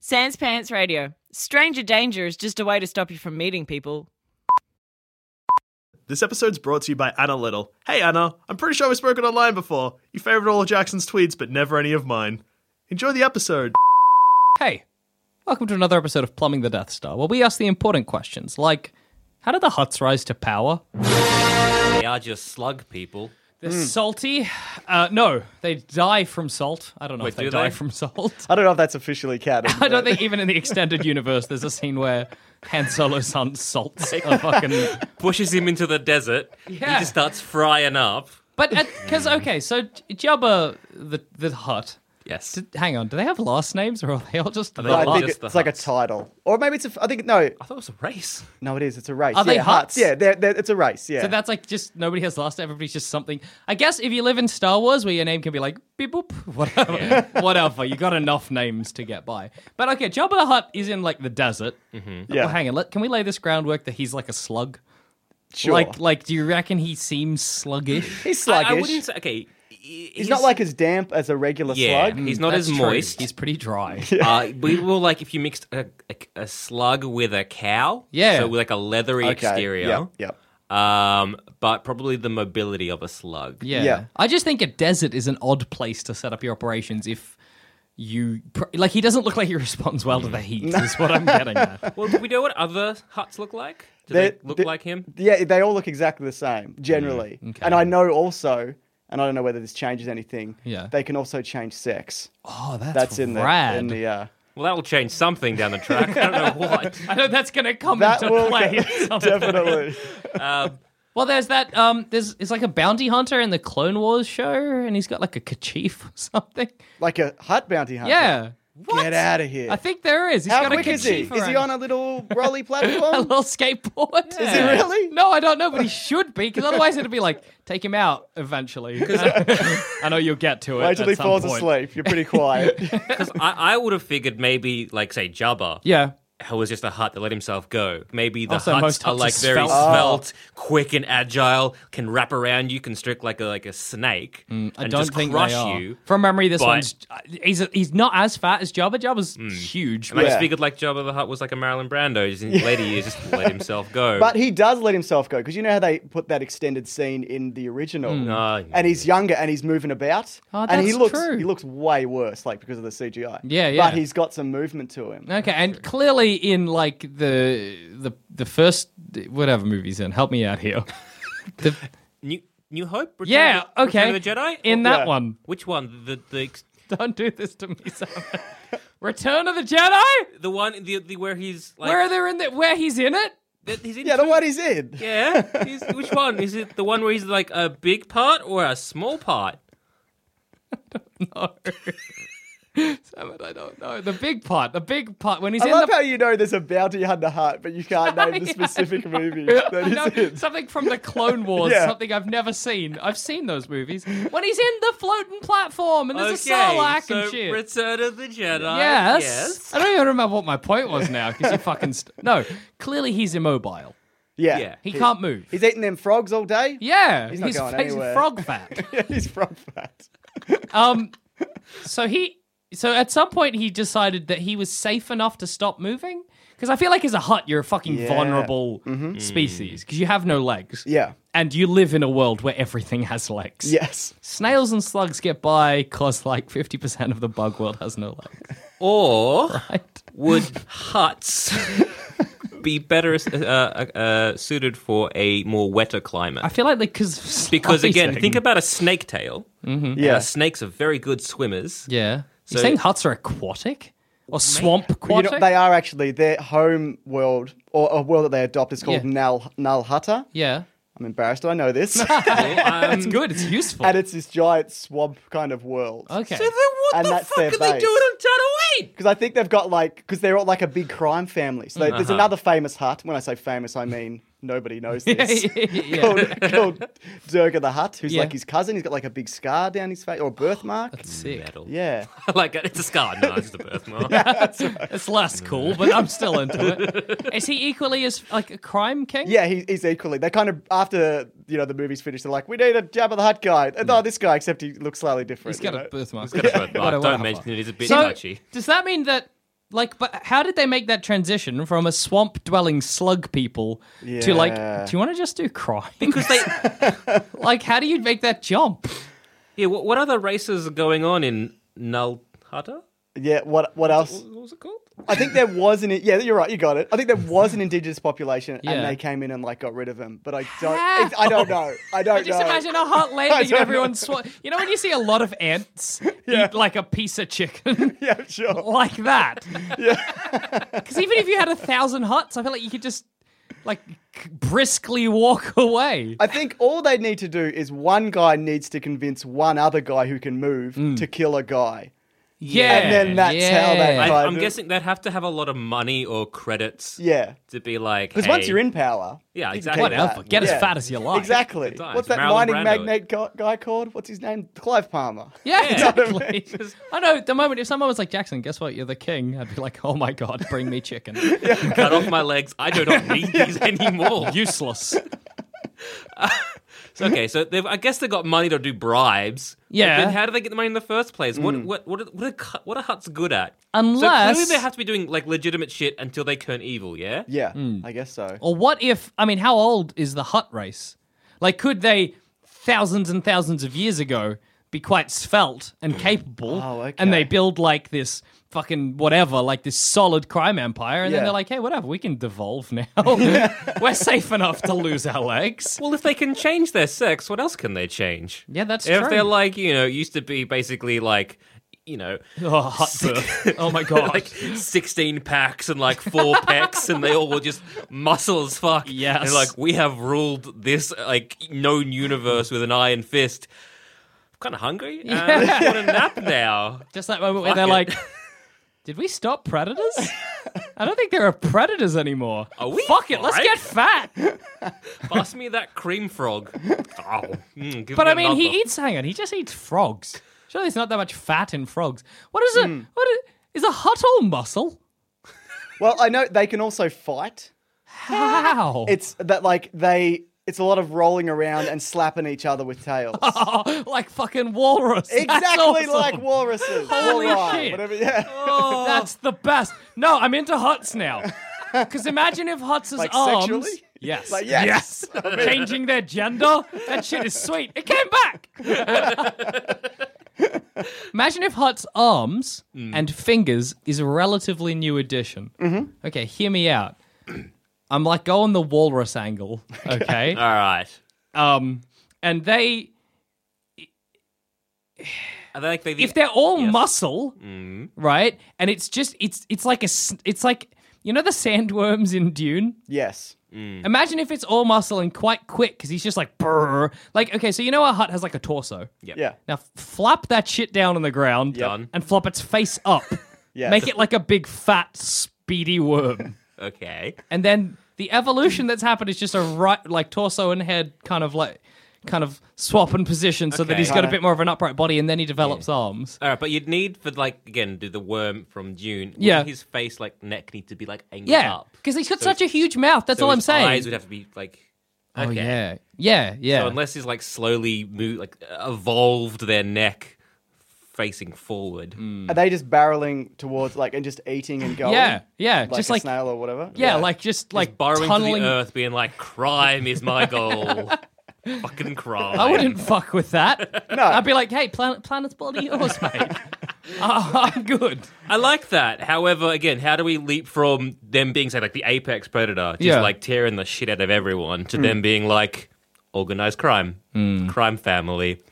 Sans Pants Radio. Stranger danger is just a way to stop you from meeting people. This episode's brought to you by Anna Little. Hey, Anna, I'm pretty sure we've spoken online before. You favored all of Jackson's tweets, but never any of mine. Enjoy the episode. Hey, welcome to another episode of Plumbing the Death Star, where we ask the important questions like how did the Huts rise to power? They are just slug people. They're salty? Uh, no, they die from salt. I don't know Wait, if they do die they? from salt. I don't know if that's officially canon. I don't think even in the extended universe there's a scene where Han Solo's son salts a fucking. Pushes him into the desert. Yeah. He just starts frying up. But because okay, so J- Jabba the the Hut. Yes. Did, hang on, do they have last names or are they all just? they the I all Hutt? think just the it's like a huts. title, or maybe it's. A, I think no, I thought it was a race. no, it is. It's a race. Are yeah, they huts? Yeah, they're, they're, it's a race. Yeah. Oh. So that's like just nobody has last. Everybody's just something. I guess if you live in Star Wars, where your name can be like beep boop, whatever, whatever. You got enough names to get by. But okay, Jabba the Hutt is in like the desert. Mm-hmm. Yeah. Well, hang on. Let, can we lay this groundwork that he's like a slug? sure. Like, like, do you reckon he seems sluggish? he's I- sluggish. I, wouldn't say. Okay. He's, he's, not like as damp as a regular Yeah, slug. he's not That's as true. moist. He's pretty dry. Uh, we will like if you mixed a, a, a slug with a cow. Yeah. So with like a leathery Okay. exterior. Yep. Yep. Um, but probably the mobility of a slug. Yeah. Yeah. I just think a desert is an odd place to set up your operations if you pr- like he doesn't look like he responds well to the heat is what I'm getting at. Well, do we know what other huts look like? Do They're- they, look they- like him? Yeah, they all look exactly the same Mm, generally. And I know also, and I don't know whether this changes anything. Yeah. They can also change sex. Oh, that's, that's in rad. the in the. Uh, Well, that'll change something down the track. I don't know what. I know that's gonna come that into will play. at some point. definitely. Well, there's that. Um, there's it's like a bounty hunter in the Clone Wars show, and he's got like a kerchief or something. like a hut bounty hunter. Yeah. What? Get out of here. I think there is. He's How got quick a is he? kerchief Is he around. on a little rolly a platform? little skateboard? Is he really? No, I don't know, but he should be, because otherwise it'd be like, take him out eventually. I know you'll get to it. Wait till at he some falls point. asleep. You're pretty quiet. Because I, I would have figured maybe like say Jabba. Yeah. who was just a hut that let himself go. Maybe the Also, huts most are huts like are very svelte. svelte, quick and agile, can wrap around you, constrict like a like a snake, Mm, I and don't just think crush they are. you. From memory, this but- one's uh, he's he's not as fat as Jabba. Jabba's huge. And I just Yeah. figured like Jabba the Hutt was like a Marilyn Brando, just in his later years, just let himself go. But he does let himself go because you know how they put that extended scene in the original, Ah, and he's younger and he's moving about, Hmm. Oh, and he that's looks true. he looks way worse, like because of the CGI. Yeah, yeah. But he's got some movement to him. Okay, and clearly in like the the the first whatever movies in, help me out here. The- New New Hope. Return yeah, of the- okay. Return of the Jedi. in that Yeah. one. Which one? The the ex- Don't do this to me, Sam. Return of the Jedi, the one the, the where he's like where they're in the where he's in it. th- he's in Yeah, the two- one he's in. yeah. He's, which one is it? The one where he's like a big part or a small part? No. Sam, I don't know the big part. The big part when he's I in love the how you know there's a bounty hunter hut, but you can't name the specific movie that I he's know, in. something from the Clone Wars, Yeah. something I've never seen. I've seen those movies. When he's in the floating platform and there's a sarlacc so and shit. Return of the Jedi. yes. Yes. I don't even remember what my point was now because you fucking. St- no, clearly he's immobile. Yeah, Yeah. He can't move. he's eating them frogs all day. yeah, He's not he's, going he's anywhere. frog fat. Yeah, he's frog fat. Um, so he, so at some point he decided that he was safe enough to stop moving. Because I feel like as a hut, you're a fucking Yeah. Mm-hmm. vulnerable species Mm. because you have no legs. Yeah. and you live in a world where everything has legs. Yes. Snails and slugs get by because like 50% of the bug world has no legs. Or Right? would huts be better uh, uh, uh, suited for a more wetter climate? I feel like because because again, think about a snake tail. Uh, Mm-hmm. Yeah. snakes are very good swimmers. Mm. Yeah. You're So- saying huts are aquatic? Or swamp You aquatic? know, they are actually their home world or a world that they adopt is called Yeah. Nal Nal Hutta. yeah. I'm embarrassed. I know this. um, That's good. It's useful. and it's this giant swamp kind of world. okay. what And the that's fuck their are they base. doing on Tatooine? Because I think they've got like, because they're all like a big crime family. So they, Uh-huh. there's another famous hut. When I say famous, I mean nobody knows this. yeah. called, called Durga the Hut, who's Yeah. Oh, like his cousin. He's got like a big scar down his face or a birthmark. Sick. yeah. like it's a scar. No, it's just a birthmark. It's less cool, but I'm still into it. Is he equally as like a crime king? Yeah, he, he's equally. They kind of, after, you know, the movie's finished, they're like, we need a Jabba the Hut guy. And, oh, this guy, except he looks slightly different. He's got you a know? birthmark. It's got a What a birthmark. Don't wonderful- mention it. It's a bit So, touchy. does that mean that Like, but how did they make that transition from a swamp dwelling slug people to like, Yeah. do you want to just do crime? Because they, like, how do you make that jump? Yeah, what, what other races are going on in Nulhata? Yeah, what what else? What was it called? I think there was an yeah, you're right, you got it. I think there was an indigenous population, Yeah. and they came in and like got rid of them. But I don't, I don't know. I don't Just know. imagine a hot landing and don't everyone swa- You know when you see a lot of ants eat like a piece of chicken? yeah, sure. like that. Yeah. Because even if you had a thousand huts, I feel like you could just like c- briskly walk away. I think all they need to do is one guy needs to convince one other guy who can move Mm. to kill a guy. yeah. And then that's how they- I, Kind I'm of. guessing they'd have to have a lot of money or credits Yeah, to be like. because once "Hey, you're in power, Yeah, you can exactly. keep that. Whatever. Get Yeah. as fat as you like. Exactly. Good times. What's that Marilyn mining Brando. magnate go- guy called? What's his name? Clive Palmer. Yeah, exactly. I know. At the moment, if someone was like Jackson, guess what? You're the king. I'd be like, oh my god, bring me chicken. cut off my legs. I do not need these anymore. Useless. So, okay, so they've, I guess they got money to do bribes. but Yeah. then how do they get the money in the first place? Mm. What what what are, what, are, cu- what are huts good at? so Unless- clearly they have to be doing like legitimate shit until they turn evil. Yeah. Yeah, Mm. I guess so. Or what if? I mean, how old is the hut race? Like, could they thousands and thousands of years ago be quite svelte and capable? Oh, okay. And they build like this fucking whatever, like this solid crime empire, and then Yeah. they're like, hey, whatever, we can devolve now. We're safe enough to lose our legs. Well, if they can change their sex, what else can they change? Yeah, that's if true. they're like you know used to be basically like you know Oh, hut birth. Oh my god. like 16 packs and like four pecs and they all were just muscle as fuck Yes. and like we have ruled this like known universe with an iron fist i'm kind of hungry yeah. i want a nap now Just that moment where Fuck they're it. like, "Did we stop predators? I don't think there are predators anymore. Are we Fuck it, let's alright?" get fat." pass me that cream frog oh, mm, give But me I mean, another. he eats. Hang on, he just eats frogs. Surely there's not that much fat in frogs. What is Hmm. it? What is, is a hut all muscle? Well, I know they can also fight. How? It's that like they. It's a lot of rolling around and slapping each other with tails. Oh, like fucking walrus. That's exactly awesome. like walruses. Holy Walleye, shit. Oh. Whatever. Yeah. That's the best. No, I'm into huts now. Because imagine if huts' Like arms. sexually? Yes. Like, yes. Changing their gender. That shit is sweet. It came back. Imagine if Hut's arms and fingers is a relatively new addition. Mm-hmm. Okay, hear me out. I'm like going the walrus angle, okay? all right um, and they, I think they, if they're all muscle, right? And it's just, it's it's like a, s- it's like you know the sandworms in Dune. Yes. Imagine if it's all muscle and quite quick because he's just like, brrr. like okay, so you know a hut has like a torso. Yeah. Now f- flop that shit down on the ground Done. and flop its face up. Yes. Make it like a big fat speedy worm. okay and then the evolution that's happened is just a right like torso and head kind of like kind of swap in position so that Okay. he's got a bit more of an upright body and then he develops arms. all right but you'd need for like again do the worm from june wouldn't Yeah. his face like neck need to be like angled Yeah. up Because he's got such a huge mouth. That's so all I'm his saying. eyes would have to be like Oh okay. yeah. Yeah, yeah. So unless he's like slowly moved, like evolved their neck facing forward. Hmm. Are they just barreling towards like and just eating and going? Mm. yeah, yeah. Like just a like snail or whatever. yeah, like just like Borrowing tunneling to the earth, being like, "Crime is my goal." Fucking crime. I wouldn't fuck with that. No. I'd be like, hey, planet, planet's body yours, mate. Uh, I'm good. I like that. However, again, how do we leap from them being say like the apex predator, just Yeah. Hmm. like tearing the shit out of everyone, to them being like organized crime, crime family?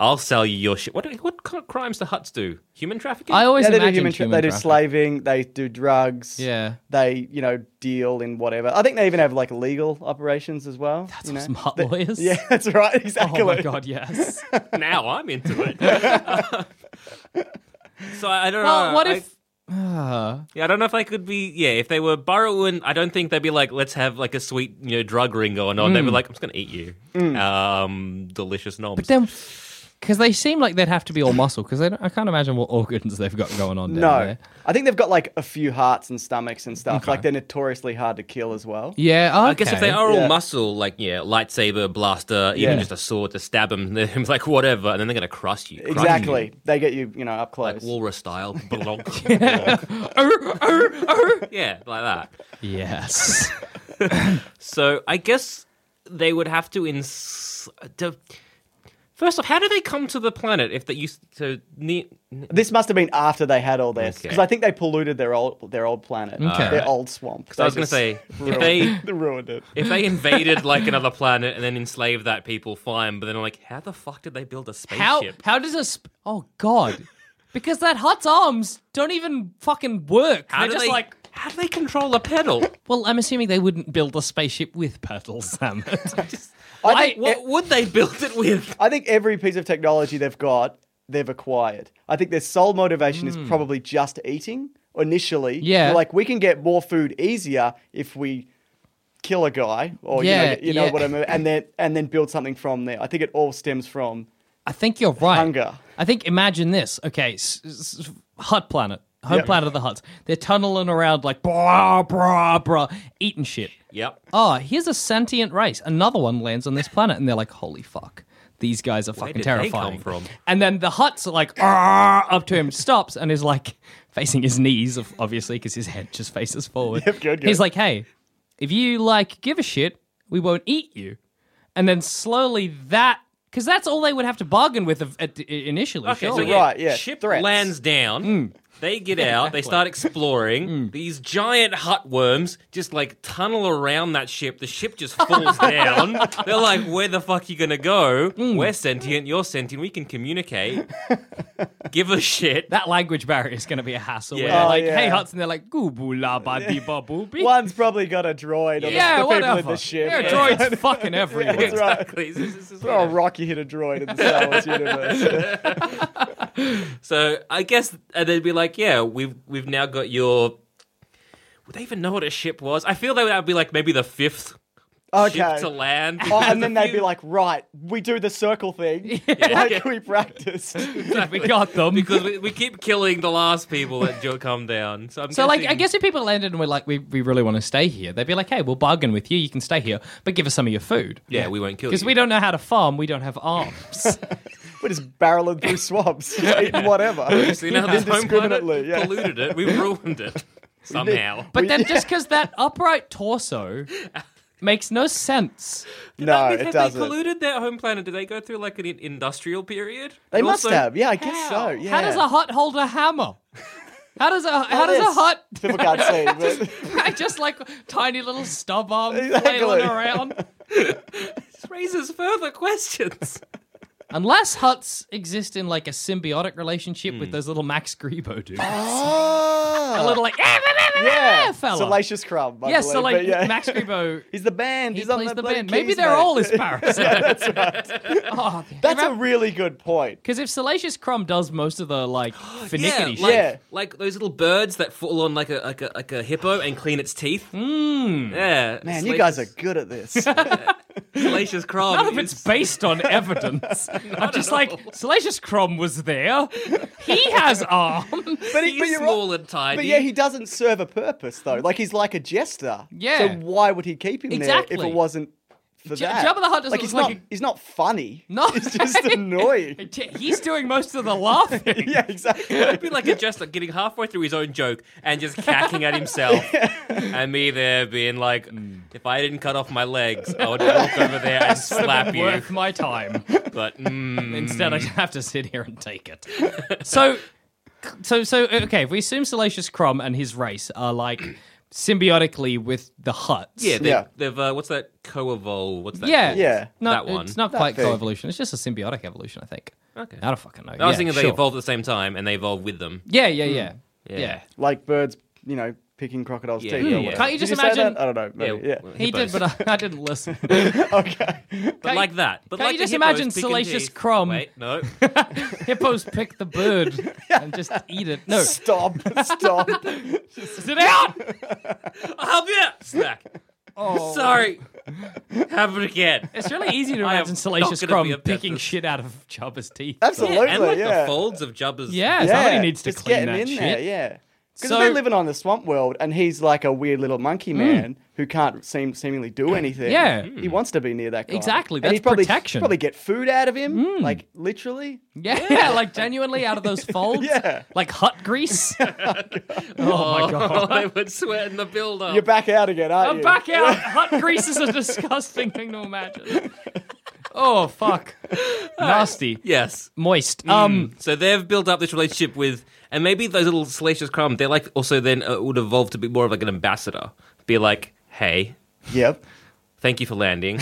I'll sell you your shit. What what kind of crimes do huts do? Human trafficking? I always Yeah, they do imagined human, tra- they do trafficking. slaving, they do drugs. Yeah. They, you know, deal in whatever. I think they even have like legal operations as well. That's you know? Some hot lawyers. Yeah, that's right. Exactly. Oh my god, yes. now I'm into it. Um, so I I don't well, know. what I- if? Uh, Yeah, I don't know if they could be. Yeah, if they were burrowing, I don't think they'd be like, let's have like a sweet, Mm. you know, drug ring going on. They'd be like, I'm just gonna eat you. Um, delicious knobs. then Because they seem like they'd have to be all muscle. Because I can't imagine what organs they've got going on down No, there. I think they've got like a few hearts and stomachs and stuff. Like they're notoriously hard to kill as well. Yeah, I guess if they okay. are all Yeah. muscle, like yeah, lightsaber, blaster, even Yeah. just a sword to stab them, then like whatever, and then they're gonna crush you. crush you, Exactly, they get you, you know, up like close. walrus style. yeah, Oh, like that. Yes. So I guess they would have to ins. To... First off, how do they come to the planet if they used to? Ne- this must have been after they had all this Okay. because I think they polluted their old their old planet, Okay. their old swamp. I was gonna just say if ruined- they they ruined it. if they invaded like another planet and then enslaved that people, fine. But then like, how the fuck did they build a how spaceship? how does a sp- oh god? Because that hut's arms don't even fucking work. How They're do just they- like how do they control a pedal? well, I'm assuming they wouldn't build a spaceship with pedals, Sam. I Why, think what would they build it with? I think every piece of technology they've got, they've acquired. I think their sole motivation is probably just eating initially. Hmm. Yeah. They're like, we can get more food easier if we kill a guy or you know, Yeah, you know, yeah. what I mean, and then and then build something from there. I think it all stems from I think you're right. Hunger. I think imagine this. Okay, s- s- s- hut planet, home Yep. planet of the huts. They're tunneling around like brah brah brah, eating shit. Yep. Oh, here's a sentient race. Another one lands on this planet, and they're like, "Holy fuck, these guys are fucking did they terrifying." come from? And then the huts are like, "Ah!" up to him, stops, and is like facing his knees, of- obviously, because his head just faces forward. good, good. He's like, "Hey, if you like give a shit, we won't eat you." And then slowly that, because that's all they would have to bargain with of- at, initially. Okay, so surely. yeah, Right, yeah, ship threats. Mm. lands down. They get out. They start exploring. These giant hut worms just like tunnel around that ship. The ship just falls down. They're like, "Where the fuck you gonna go? Mm. We're sentient. You're sentient. We can communicate. Give a shit." That language barrier is going to be a hassle. Where Yeah. they're Oh, like, yeah. "Hey, huts," and they're like, "Goobu la ba dee ba boo bee." one's probably got a droid Yeah, or the, the people whatever. in the ship. There are Yeah. droids fucking everywhere. that's right. Exactly. This is- this is Throw a weird. rocky hit a droid in the Star Wars universe. So I guess uh, they'd be like, "Yeah, we've we've now got your." Would they even know what a ship was? I feel that would be like maybe the fifth ship Okay. to land. Oh, because and then if they'd you- be like, right, we do the circle thing like we practiced. we got them. because we, we keep killing the last people that jo- come down. So, I'm so, like, guessing- I guess if people landed and were like, we, we really want to stay here, they'd be like, hey, we'll bargain with you. You can stay here, but give us some of your food. yeah, we won't kill Because you. we don't know how to farm. We don't have arms. We're just barreling through swamps, just eating whatever. So now this home planet indiscriminately, yeah. polluted it. We ruined it somehow. But then just because that upright torso makes no sense. No, Because it They doesn't. polluted their home planet. Did they go through like an in- industrial period? They And must also- have. Yeah, I guess so. Yeah. How does a hut hold a hammer? How does a how does a is. hut People can't see, but just like tiny little stub arm Exactly. flailing around? This raises further questions. Unless huts exist in like a symbiotic relationship with those little Max Grebo dudes. a little like "Ah, bah, bah, bah, bah," yeah, fella. Salacious Crumb. I yeah, believe, so like but yeah. Max Grebo. He's the band. He He's on plays the, the bloody band. Maybe keys, they're mate. all his Oh, parasites. that's right. That's a really good point. because if Salacious Crumb does most of the like finickety like, Yeah. like those little birds that fall on like a like a like a hippo and clean its teeth. hmm, Yeah, Man, you guys are good at this. salacious crab. None of it's based on evidence. I'm just like, Salacious Crumb was there. He has arms. But, he, He's but you're all- small and tiny. But yeah, he doesn't serve a purpose though. Like he's like a jester. Yeah. So why would he keep him there Exactly. if it wasn't for J- that? Jabba the Hutt doesn't like he's look not like a- he's not funny. No. he's just annoying. He's doing most of the laughing. yeah, exactly. It'd be like a jester getting halfway through his own joke and just cacking at himself, and me there being like, Hmm. "If I didn't cut off my legs, I would walk over there and slap you." Worth my time. But mm, Instead, I have to sit here and take it. So, so, so, okay. If we assume Salacious Crumb and his race are like symbiotically with the Huts, yeah, they, Yeah. they've uh, what's that co-evol? What's that? yeah, called? Yeah. No, That one. It's not That quite thing. co-evolution. It's just a symbiotic evolution, I think. Okay, I don't fucking know. I was yeah, thinking they sure. evolved at the same time, and they evolved with them. Yeah, yeah, yeah, Yeah. Hmm. yeah. like birds, you know, picking crocodiles' Yeah, teeth. yeah, or yeah. whatever. Hmm. Can't you Did just say that? imagine- I don't know. Maybe. Yeah. He did, hippos. but I, I didn't listen. But like that. But Can't like you the just hippos imagine picking Salacious teeth. Crumb? Wait, no. Hippos pick the bird and just eat it. No, Stop! Stop! sit down. Oh. I'll be Snack. Sorry. happen again. It's really easy to I am imagine Salacious not gonna be Crumb a picking pessimist. shit out of Jabba's teeth. Absolutely, yeah. and like the folds of Jabba's. Yeah, Yeah, somebody needs to it's clean getting that in shit. there, yeah. Because So- Mm. they're living on the swamp world, and he's like a weird little monkey man who can't seem seemingly do anything. Yeah. he wants to be near that guy. Exactly, And that's he'd probably, protection. Mm. Probably get food out of him, like literally. Yeah, like genuinely out of those folds. Yeah. Like hut grease. oh my god. I would sweat in the build up. You're back out again, aren't I'm you? back out. Hut grease is a disgusting thing to imagine. Oh fuck. Nasty. Yes. Moist. Um So they've built up this relationship with, and maybe those little salacious crumb. They're like also then uh, would evolve to be more of like an ambassador. Be like, hey, Yep. thank you for landing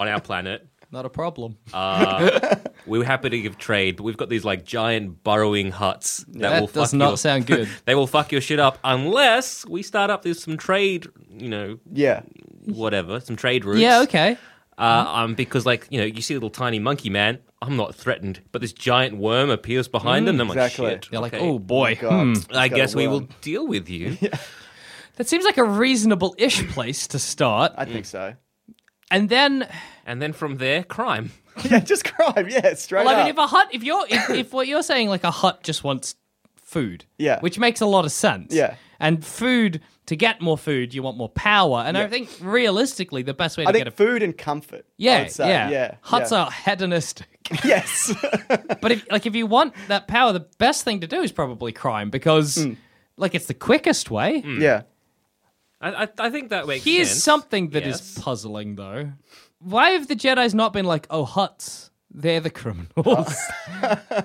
on our planet. not a problem. We were happy to give trade, but we've got these like giant burrowing huts that, will that fuck does not your- sound good. They will fuck your shit up unless we start up this some trade, you know, Yeah. whatever, some trade routes. yeah, okay. Uh, um, because like you know, you see little tiny monkey man. I'm not threatened, but this giant worm appears behind them. And I'm Mm, exactly. like, shit. They're like, okay. oh boy. God, hmm. he's I got a guess we worm. will deal with you. That seems like a reasonable ish place to start. I think so. And then And then from there, crime. Yeah, just crime. Yeah, straight well, I mean, if up. a hut, if you're, if, if what you're saying, like a hut just wants food, Yeah. which makes a lot of sense, Yeah. and food to get more food, you want more power, and I think realistically, the best way I to get think a food and comfort. I yeah, would say. yeah, yeah. huts yeah. are hedonistic, Yes. but if like if you want that power, the best thing to do is probably crime because. Hmm. Like it's the quickest way. yeah. I, I, I think that Hmm. makes Here's sense. something that is Yes. puzzling, though. Why have the Jedi's not been like, "Oh, huts, they're the criminals.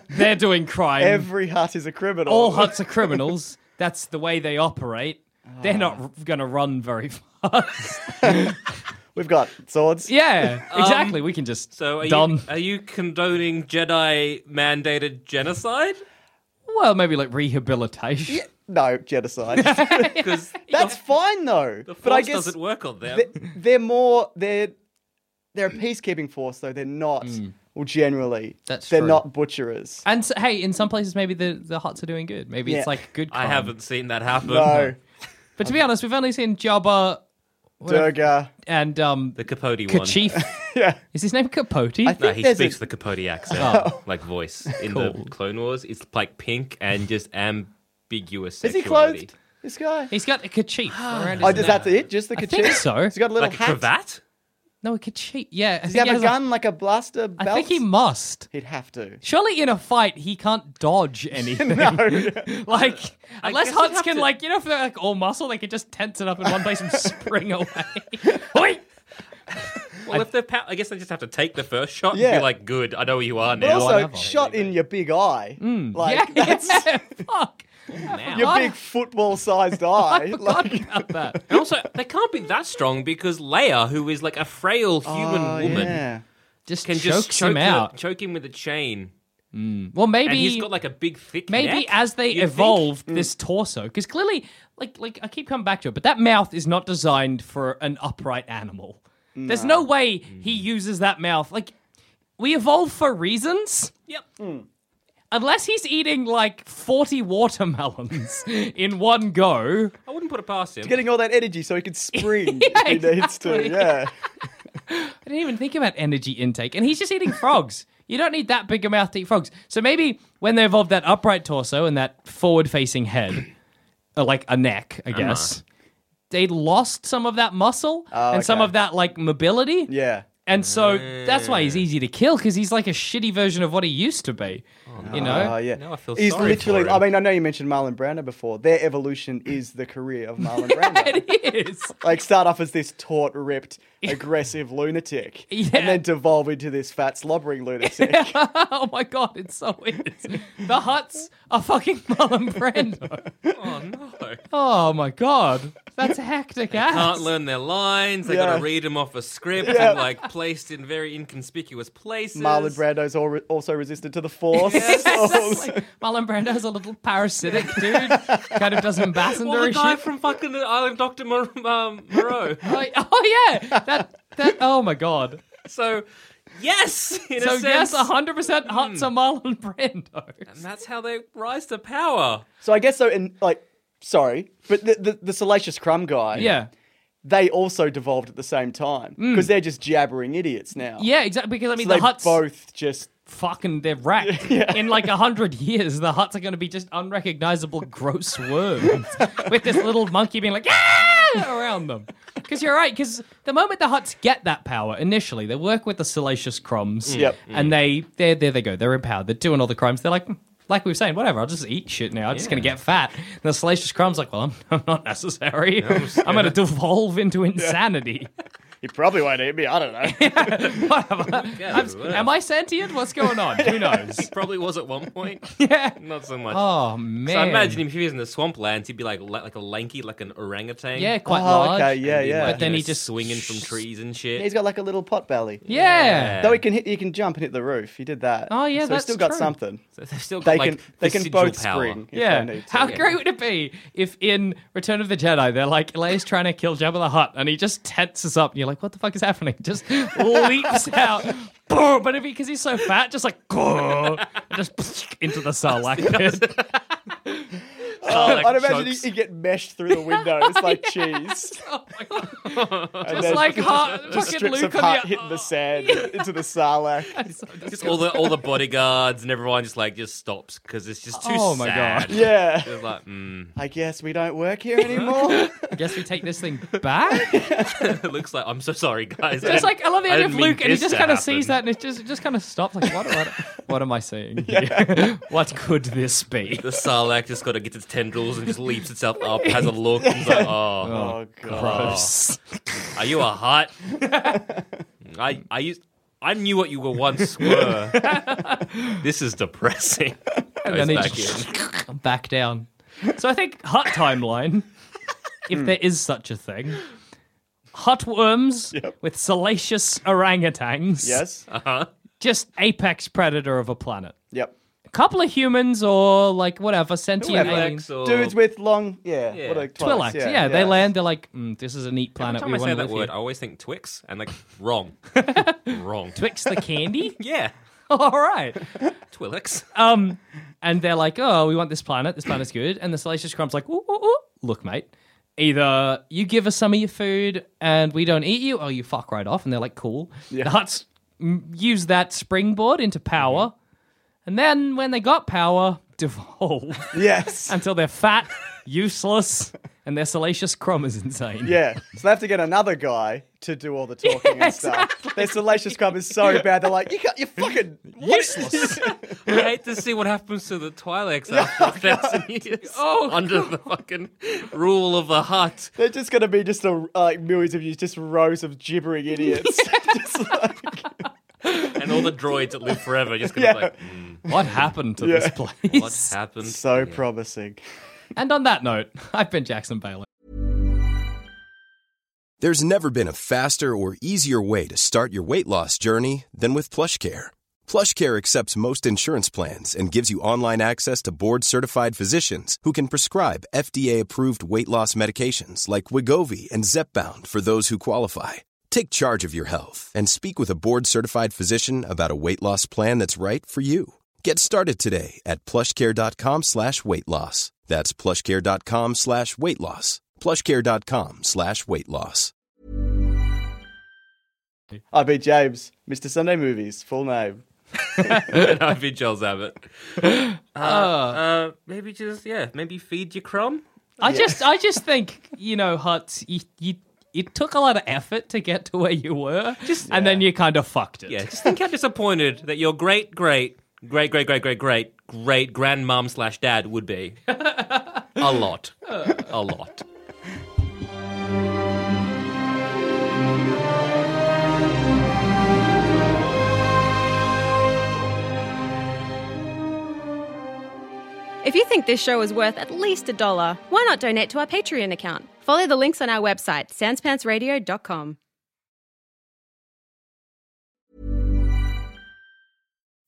they're doing crime. Every hut is a criminal. all huts are criminals. That's the way they operate. They're Ah. not r- going to run very fast. We've got swords. yeah, exactly. we can just Um, So are dumb. you are you condoning Jedi mandated genocide? Well, maybe like rehabilitation. No, genocide. Because That's fine though. the force but I guess doesn't work on them. they- they're more they're they're a peacekeeping force though. They're not Hmm. well generally. That's they're true. not butcherers. And so, hey, in some places, maybe the, the huts are doing good. Maybe Yeah. it's like good. I crime. haven't seen that happen. No, But to be honest, we've only seen Jabba Durga. and um, The Capote one. Kachif. Yeah. Is his name Capote? I think No, he there's speaks a, Oh. the Capote accent, like voice in Cool. the Clone Wars. It's like pink and just ambiguous. Is he sexuality. clothed? This guy. He's got a kerchief. around oh, his does neck. that's it? Just the I kerchief? think so. He's got a little Like a hat. cravat? No, a kerchief. Yeah. I Does think he have a has gun like a blaster I belt? think he must. would have to. Surely in a fight, he can't dodge anything. Like, unless guess you'd Huts have can, to- like, you know, if they're like all muscle, they could just tense it up in one place and spring away. Hoi! Well, if they're, pa- I guess they just have to take the first shot and Yeah. be like, "Good, I know who you are But now." also whatever. shot in your big eye. Hmm. Like yeah, that's yeah, fuck. your I- big football sized eye. I forgot like, about that. And also, they can't be that strong because Leia, who is like a frail human oh, woman, Yeah. Just can chokes just choke him out. The, choke him with a chain. Well, And maybe he's got like a big thick maybe neck. as they you'd think. Mm. evolved this torso, because clearly, like, like I keep coming back to it, but that mouth is not designed for an upright animal. There's no way he Mm-hmm. uses that mouth. Like, we evolve for reasons. Yep. Unless he's eating like 40 watermelons in one go, I wouldn't put it past him. Getting all that energy so he could spring if he needs to. exactly. Yeah. I didn't even think about energy intake. And he's just eating frogs. You don't need that big a mouth to eat frogs. So maybe when they evolved that upright torso and that forward facing head, or like a neck, Uh-huh. I guess, they lost some of that muscle and some Oh, okay. of that like mobility. Yeah. And so that's why he's easy to kill because he's like a shitty version of what he used to be. You know? Oh yeah, Now I feel he's sorry literally. for him. I mean, I know you mentioned Marlon Brando before. Their evolution is the career of Marlon Brando. it is. Like start off as this taut, ripped, aggressive lunatic, Yeah. and then devolve into this fat, slobbering lunatic. oh my god, it's so weird. The huts are fucking Marlon Brando. Oh no! Oh my god, that's hectic ass. Can't learn their lines. They got Yeah. to read them off a script and like placed in very inconspicuous places. Marlon Brando's al- also resistant to the force. Oh. Like, Marlon Brando's a little parasitic dude. kind of does ambassador Well, the and guy shit. from fucking the Island of Doctor Mor- um, Moreau. Like, oh yeah, that that. Oh my god. So, yes, in So a yes, sense, hundred percent huts are Marlon Brando. Hmm. and that's how they rise to power. so I guess so. In like, sorry, but the the, the salacious crumb guy. Yeah. they also devolved at the same time because Mm. they're just jabbering idiots now. Yeah, exactly. Because I So mean, they the huts both just fucking they're wrecked. In like a hundred years, the huts are going to be just unrecognizable, gross worms with this little monkey being like "Ah!" around them. Because you're right. Because the moment the huts get that power initially, they work with the salacious crumbs. Mm. Yep. And they there there they go. They're empowered. They're doing all the crimes. They're like. "Hmm, Like we were saying, whatever, I'll just eat shit now. I'm just going to get fat. And the salacious crumb's like, well, I'm, I'm not necessary. I'm going to devolve into insanity. he probably won't eat me. I don't know. Whatever. Yeah, I'm- whatever. am I sentient? What's going on? Who knows? Probably was at one point. Yeah. Not so much. Oh man. so I imagine him if he was in the swamplands, he'd be like la- like a lanky, like an orangutan. Yeah, quite oh, large. okay, yeah, And he'd, yeah. like, But then you know, he just- swinging from trees and shit. He's got like a little pot belly. Yeah. Though he can hit, he can jump and hit the roof. He did that. Oh, yeah, so that's he's still got true. something. So they've still got They like can they can residual both power. spring. If Yeah. they need to. How great would it be if in Return of the Jedi they're like Leia's trying to kill Jabba the Hutt and he just tenses up and you're like, what the fuck is happening? Just leaps out. Boom. But if because he's so fat, just like grrr, and just into the sarlacc pit. Sarlacc Oh, I'd imagine chokes. he- he'd get meshed through the windows like cheese. Oh my God. And Just then like Hart, just fucking strips Luke of on the heart hitting the sand into the sarlacc. Just all the all the bodyguards and everyone just like just stops because it's just too Oh my sad. God. Yeah. It's like, mm, I guess we don't work here anymore. I guess we take this thing back. it looks like I'm so sorry, guys. Just like I love the I idea of didn't mean Luke, and he this just to kind of sees that, happen. and it just it just kind of stops. Like, what, what, what am I seeing? here? what could this be? the Sarlacc just got to get its tendrils and just leaps itself up, has a look, and is like, oh, oh god. gross. Oh. are you a hot? I I used. I knew what you were once were. this is depressing. Goes then he back just- in. Back down. So I think hut timeline, if there is such a thing, hut worms with salacious orangutans. Yes. just apex predator of a planet. Yep. A couple of humans or like whatever sentient Whoever. aliens. Twilix or- Dudes with long, yeah, Yeah. what a Twi'leks, yeah, they land. They're like, mm, this is a neat Every planet. time we I want say to that live word, I here. always think Twix and like wrong, wrong. Twix the candy. yeah, All right. Twilix. Um, and they're like, oh, we want this planet. This planet's good. And the Salacious Crumb's like, ooh, ooh, ooh. look, mate, either you give us some of your food and we don't eat you, or you fuck right off. And they're like, cool. The Huts mm, use that springboard into power. And then when they got power, devolve Yes. until they're fat, useless, and their Salacious Crumb is insane. Yeah. So they have to get another guy to do all the talking and stuff. Their salacious crumb is so bad. They're like, you can't, you fucking useless. I hate to see what happens to the Twi'leks after a thousand years oh, under the fucking rule of the hut. They're just gonna be just a, uh, like millions of you, just rows of gibbering idiots. Just like- And all the droids that live forever just gonna be like, What happened to this place? mm, what happened? so promising. and on that note, I've been Jackson Bailey. There's never been a faster or easier way to start your weight loss journey than with PlushCare. PlushCare accepts most insurance plans and gives you online access to board-certified physicians who can prescribe FDA-approved weight loss medications like Wigovi and Zepbound for those who qualify. Take charge of your health and speak with a board-certified physician about a weight loss plan that's right for you. Get started today at plushcare.com slash weight loss. That's plushcare.com slash weight loss. Plushcare.com slash weight loss. I be James, Mr. Sunday Movies, full name. And I'd be Charles Abbott. Uh, uh, maybe just yeah, maybe feed your crumb. I just, I just think you know, Hutz, you, you, it took a lot of effort to get to where you were, and then you kind of fucked it. Yeah, just think how disappointed that your great great great great great great great great grandmom slash dad would be. a lot, a lot. If you think this show is worth at least a dollar, why not donate to our Patreon account? Follow the links on our website, sanspantsradio.com.